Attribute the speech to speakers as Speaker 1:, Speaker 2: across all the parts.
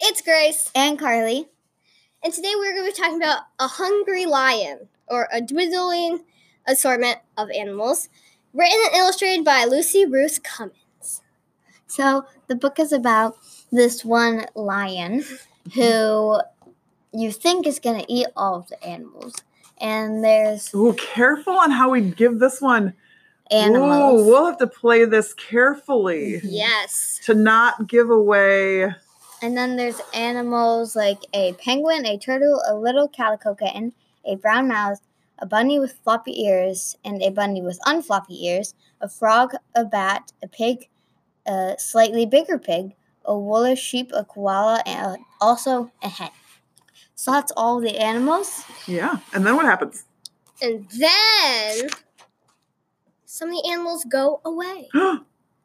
Speaker 1: It's Grace,
Speaker 2: and Carly.
Speaker 1: and today we're going to be talking about a hungry lion, or a dwindling assortment of animals, written and illustrated by Lucy Ruth Cummins.
Speaker 2: So the book is about this one lion who you think is going to eat all of the animals. And there's
Speaker 3: Ooh, careful on how we give this one.
Speaker 2: animals.
Speaker 3: Ooh, we'll have to play this carefully
Speaker 1: Yes.
Speaker 3: to not give away.
Speaker 2: And then there's animals like a penguin, a turtle, a little calico kitten, a brown mouse, a bunny with floppy ears, and a bunny with unfloppy ears, a frog, a bat, a pig, a slightly bigger pig, a woolly sheep, a koala, and also a hen. So that's all the animals.
Speaker 3: Yeah. And then what happens?
Speaker 1: And then some of the animals go away.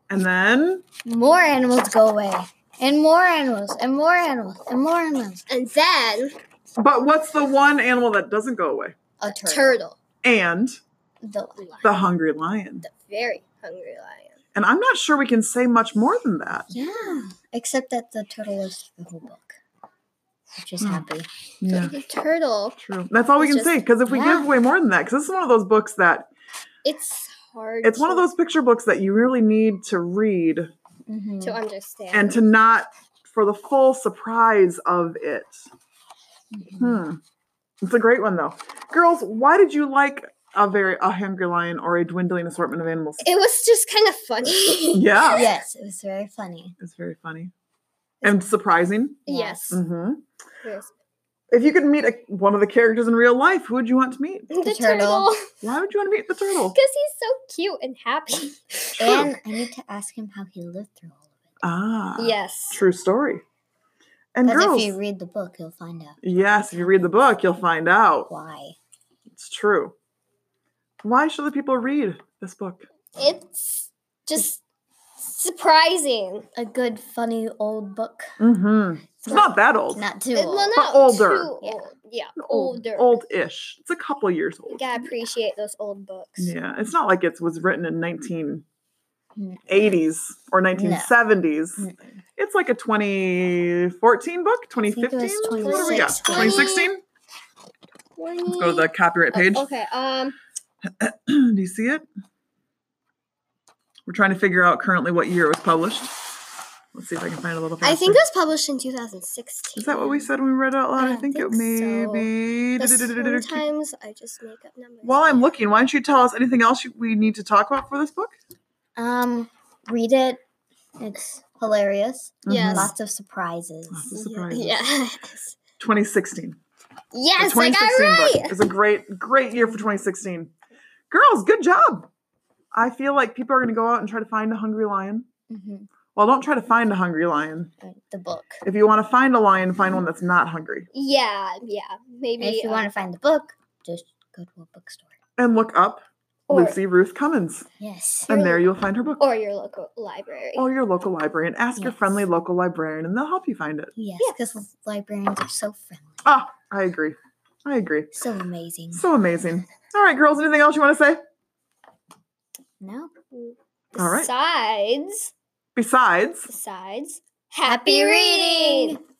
Speaker 3: and then
Speaker 2: More animals go away, and more animals, and more animals, and more animals.
Speaker 1: And then
Speaker 3: but what's the one animal that doesn't go away?
Speaker 2: A
Speaker 1: turtle,
Speaker 2: turtle.
Speaker 3: And
Speaker 2: The
Speaker 1: lion,
Speaker 3: the hungry lion.
Speaker 1: the very hungry lion.
Speaker 3: And I'm not sure we can say much more than that.
Speaker 2: Yeah. Except that the turtle is the whole book, which is
Speaker 3: Hmm.
Speaker 2: happy.
Speaker 3: Yeah.
Speaker 1: The turtle,
Speaker 3: True. That's all we
Speaker 1: It's
Speaker 3: can say. Because if we
Speaker 2: yeah.
Speaker 3: give away more than that, because this is one of those books that
Speaker 1: it's hard
Speaker 3: it's one of
Speaker 1: to-
Speaker 3: those picture books that you really need to read
Speaker 2: Mhm.
Speaker 3: Mm.
Speaker 1: to understand.
Speaker 3: and to not for the full surprise of it.
Speaker 2: Mhm.
Speaker 3: Hmm. It's a great one though. Girls, why did you like a very a hungry lion or a dwindling assortment of animals?
Speaker 1: it was just kind of funny.
Speaker 3: Yeah.
Speaker 2: Yes, it was very funny.
Speaker 3: It's very funny. And surprising.
Speaker 1: yes.
Speaker 3: hmm
Speaker 1: yes.
Speaker 3: If you could meet a, one of the characters in real life, who would you want to meet?
Speaker 1: The,
Speaker 2: turtle.
Speaker 1: turtle.
Speaker 3: Why would you want to meet the turtle?
Speaker 1: Because he's so cute and happy.
Speaker 3: Mm.
Speaker 2: And I need to ask him how he lived through all of it.
Speaker 3: Ah.
Speaker 1: yes.
Speaker 3: True story. And
Speaker 2: Because
Speaker 3: girls.
Speaker 2: if you read the book, you'll find out
Speaker 3: yes, if you read the book, you'll find out.
Speaker 2: why.
Speaker 3: It's true. Why should the people read this book?
Speaker 1: It's just surprising.
Speaker 2: A good, funny old book.
Speaker 3: Mm-hmm. It's not that old.
Speaker 2: Not too
Speaker 1: Well,
Speaker 2: old.
Speaker 1: not
Speaker 3: But older.
Speaker 1: too
Speaker 2: Yeah.
Speaker 1: old. Yeah,
Speaker 3: Old-
Speaker 1: older.
Speaker 3: Old-ish. It's a couple years
Speaker 1: You
Speaker 3: old.
Speaker 1: gotta appreciate those old books.
Speaker 3: Yeah, it's not like it was written in 1980s
Speaker 2: Mm.
Speaker 3: or 1970s.
Speaker 2: Mm-mm.
Speaker 3: It's like a 2014 book,
Speaker 2: I think it
Speaker 3: 2015.
Speaker 2: was
Speaker 3: What do we got?
Speaker 2: 2016.
Speaker 3: 2016. Let's go to the copyright
Speaker 1: Oh,
Speaker 3: page.
Speaker 1: okay, um,
Speaker 3: do you see it? We're trying to figure out currently what year it was published. Let's see if I can find it a little faster.
Speaker 1: I think it was published in 2016.
Speaker 3: Is that what we said when we read it out loud?
Speaker 1: I
Speaker 3: I,
Speaker 1: don't
Speaker 3: think, it
Speaker 1: think so.
Speaker 3: may
Speaker 1: But
Speaker 3: be.
Speaker 1: Sometimes I just make up numbers.
Speaker 3: While I'm looking, why don't you tell us anything else you- we need to talk about for this book?
Speaker 2: Um, read it. It's hilarious.
Speaker 1: Yes.
Speaker 2: Lots of surprises.
Speaker 3: Lots of
Speaker 1: Yeah,
Speaker 3: surprises.
Speaker 1: Yes.
Speaker 3: 2016. The
Speaker 1: Yes, I got
Speaker 3: 2016
Speaker 1: it
Speaker 3: book
Speaker 1: right.
Speaker 3: is a great, great year for 2016. Girls, good job. I feel like people are going to go out and try to find a hungry lion.
Speaker 2: Mhm.
Speaker 3: Well, don't try to find a hungry lion.
Speaker 2: Uh, The book.
Speaker 3: If you want to find a lion, find one that's not hungry.
Speaker 1: Yeah, yeah.
Speaker 2: And
Speaker 1: Maybe
Speaker 2: if you
Speaker 1: um,
Speaker 2: want to find the book, just go to a bookstore.
Speaker 3: And look up
Speaker 1: or,
Speaker 3: Lucy Ruth Cummins,
Speaker 2: Yes.
Speaker 3: and there you'll find her book.
Speaker 1: or your local library.
Speaker 3: Or your local library, and ask your
Speaker 2: Yes.
Speaker 3: friendly local librarian, and they'll help you find it.
Speaker 2: Yes, because librarians are so friendly,
Speaker 3: Ah, I agree. I agree.
Speaker 2: so amazing.
Speaker 3: So amazing. All right, girls, anything else you want to say?
Speaker 2: No.
Speaker 3: All right.
Speaker 1: Besides,
Speaker 3: Besides,
Speaker 1: besides,
Speaker 2: Happy reading!